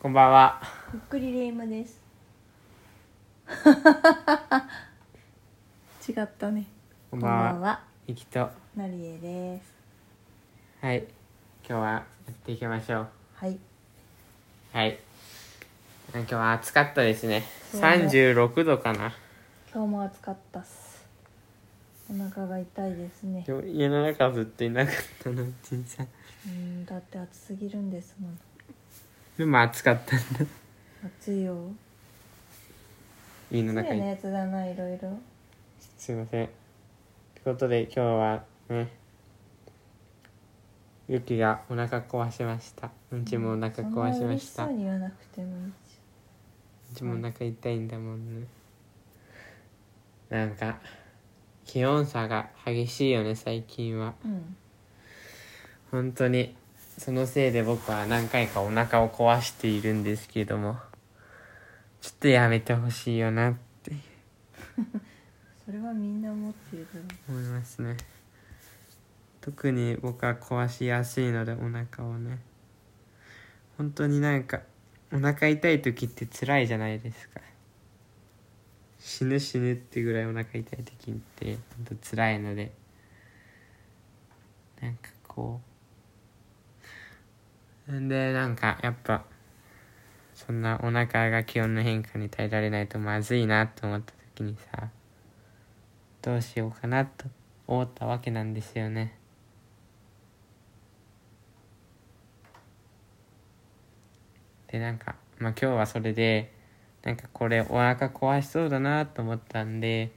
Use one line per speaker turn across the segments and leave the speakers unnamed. こんばんは。
ゆっくりレ夢ムです違ったね
こんばんは。
こんばんは
ゆきと。
なりえです
はい。今日はやっていきましょう。
はい
はい。あ今日は暑かったですね。
そうね
三十六度かな。
今日も暑かったっすお腹が痛いですね
でも家の中ずっといなかったの、うちにさん。
うんだって暑すぎるんですもん
でも暑かったんだ。
暑いよ
家の
そうよ
中に。
ねやつだないろいろ
すいません。ということで今日はね、ゆきがお腹壊しました。うんちもお腹
そんな
壊しま
嬉し
した。
そう
うん
に言わなくてもいいじ
ちもお腹痛いんだもんね。なんか、気温差が激しいよね、最近は。
ゃんうん
本当にそのせいで僕は何回かお腹を壊しているんですけどもちょっとやめてほしいよなって
それはみんな思ってるだろう
思いますね特に僕は壊しやすいのでお腹をね本当になんかお腹痛い時って辛いじゃないですか死ぬ死ぬってぐらいお腹痛い時って本当辛いのでなんかこうんでなんかやっぱそんなお腹が気温の変化に耐えられないとまずいなと思った時にさどうしようかなと思ったわけなんですよねでなんかまあ今日はそれでなんかこれお腹壊しそうだなと思ったんで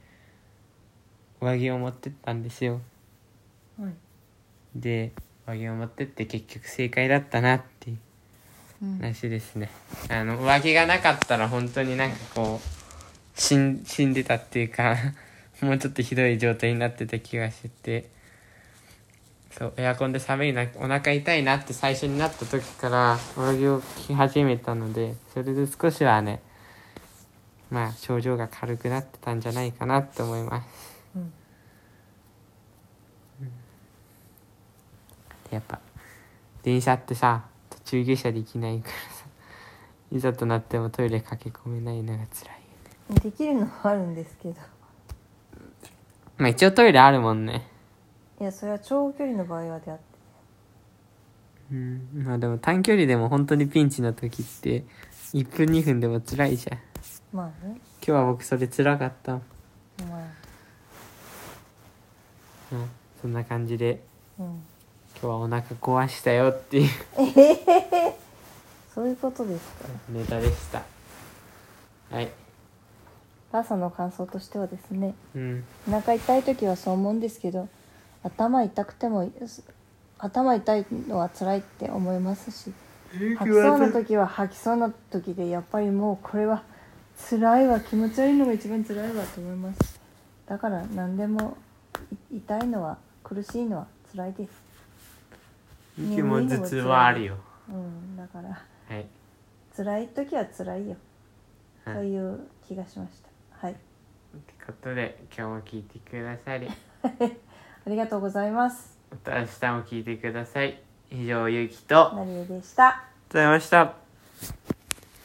上着を持ってったんですよ
はい
で上着を持ってって結局正解だったなっていう
うん
話ですねあの上着がなかったら本当になんかこう死ん死んでたっていうか もうちょっとひどい状態になってた気がしててそうエアコンで寒いなお腹痛いなって最初になった時から上着を着始めたのでそれで少しはねまあ症状が軽くなってたんじゃないかなと思います
うん
やっぱ電車ってさ途中下車できないからさ いざとなってもトイレ駆け込めないのが辛いよね
できるのはあるんですけど
まあ一応トイレあるもんね
いやそれは長距離の場合はであって
うんまあでも短距離でも本当にピンチの時って1分2分でも辛いじゃん今
まあね
日は僕それ辛かったもん
まあ
うんそんな感じで
うん
今日はお腹壊したよっていう
そういうことですか
ネタでしたはい
ラーさんの感想としてはですね
うん
お腹痛い時はそう思うんですけど頭痛くてもす頭痛いのは辛いって思いますし吐きそうな時は吐きそうな時でやっぱりもうこれは辛いわ気持ち悪いのが一番辛いわと思いますだから何でもい痛いのは苦しいのは辛いです
息も頭痛はあるよ
うんだから
はい
辛い時は辛いよ
は
と
い
いう気がしましたはい
ってことで今日も聞いてくださり
ありがとうございます
また明日も聞いてください以上ゆうきとありがとう
なりえでした
ございました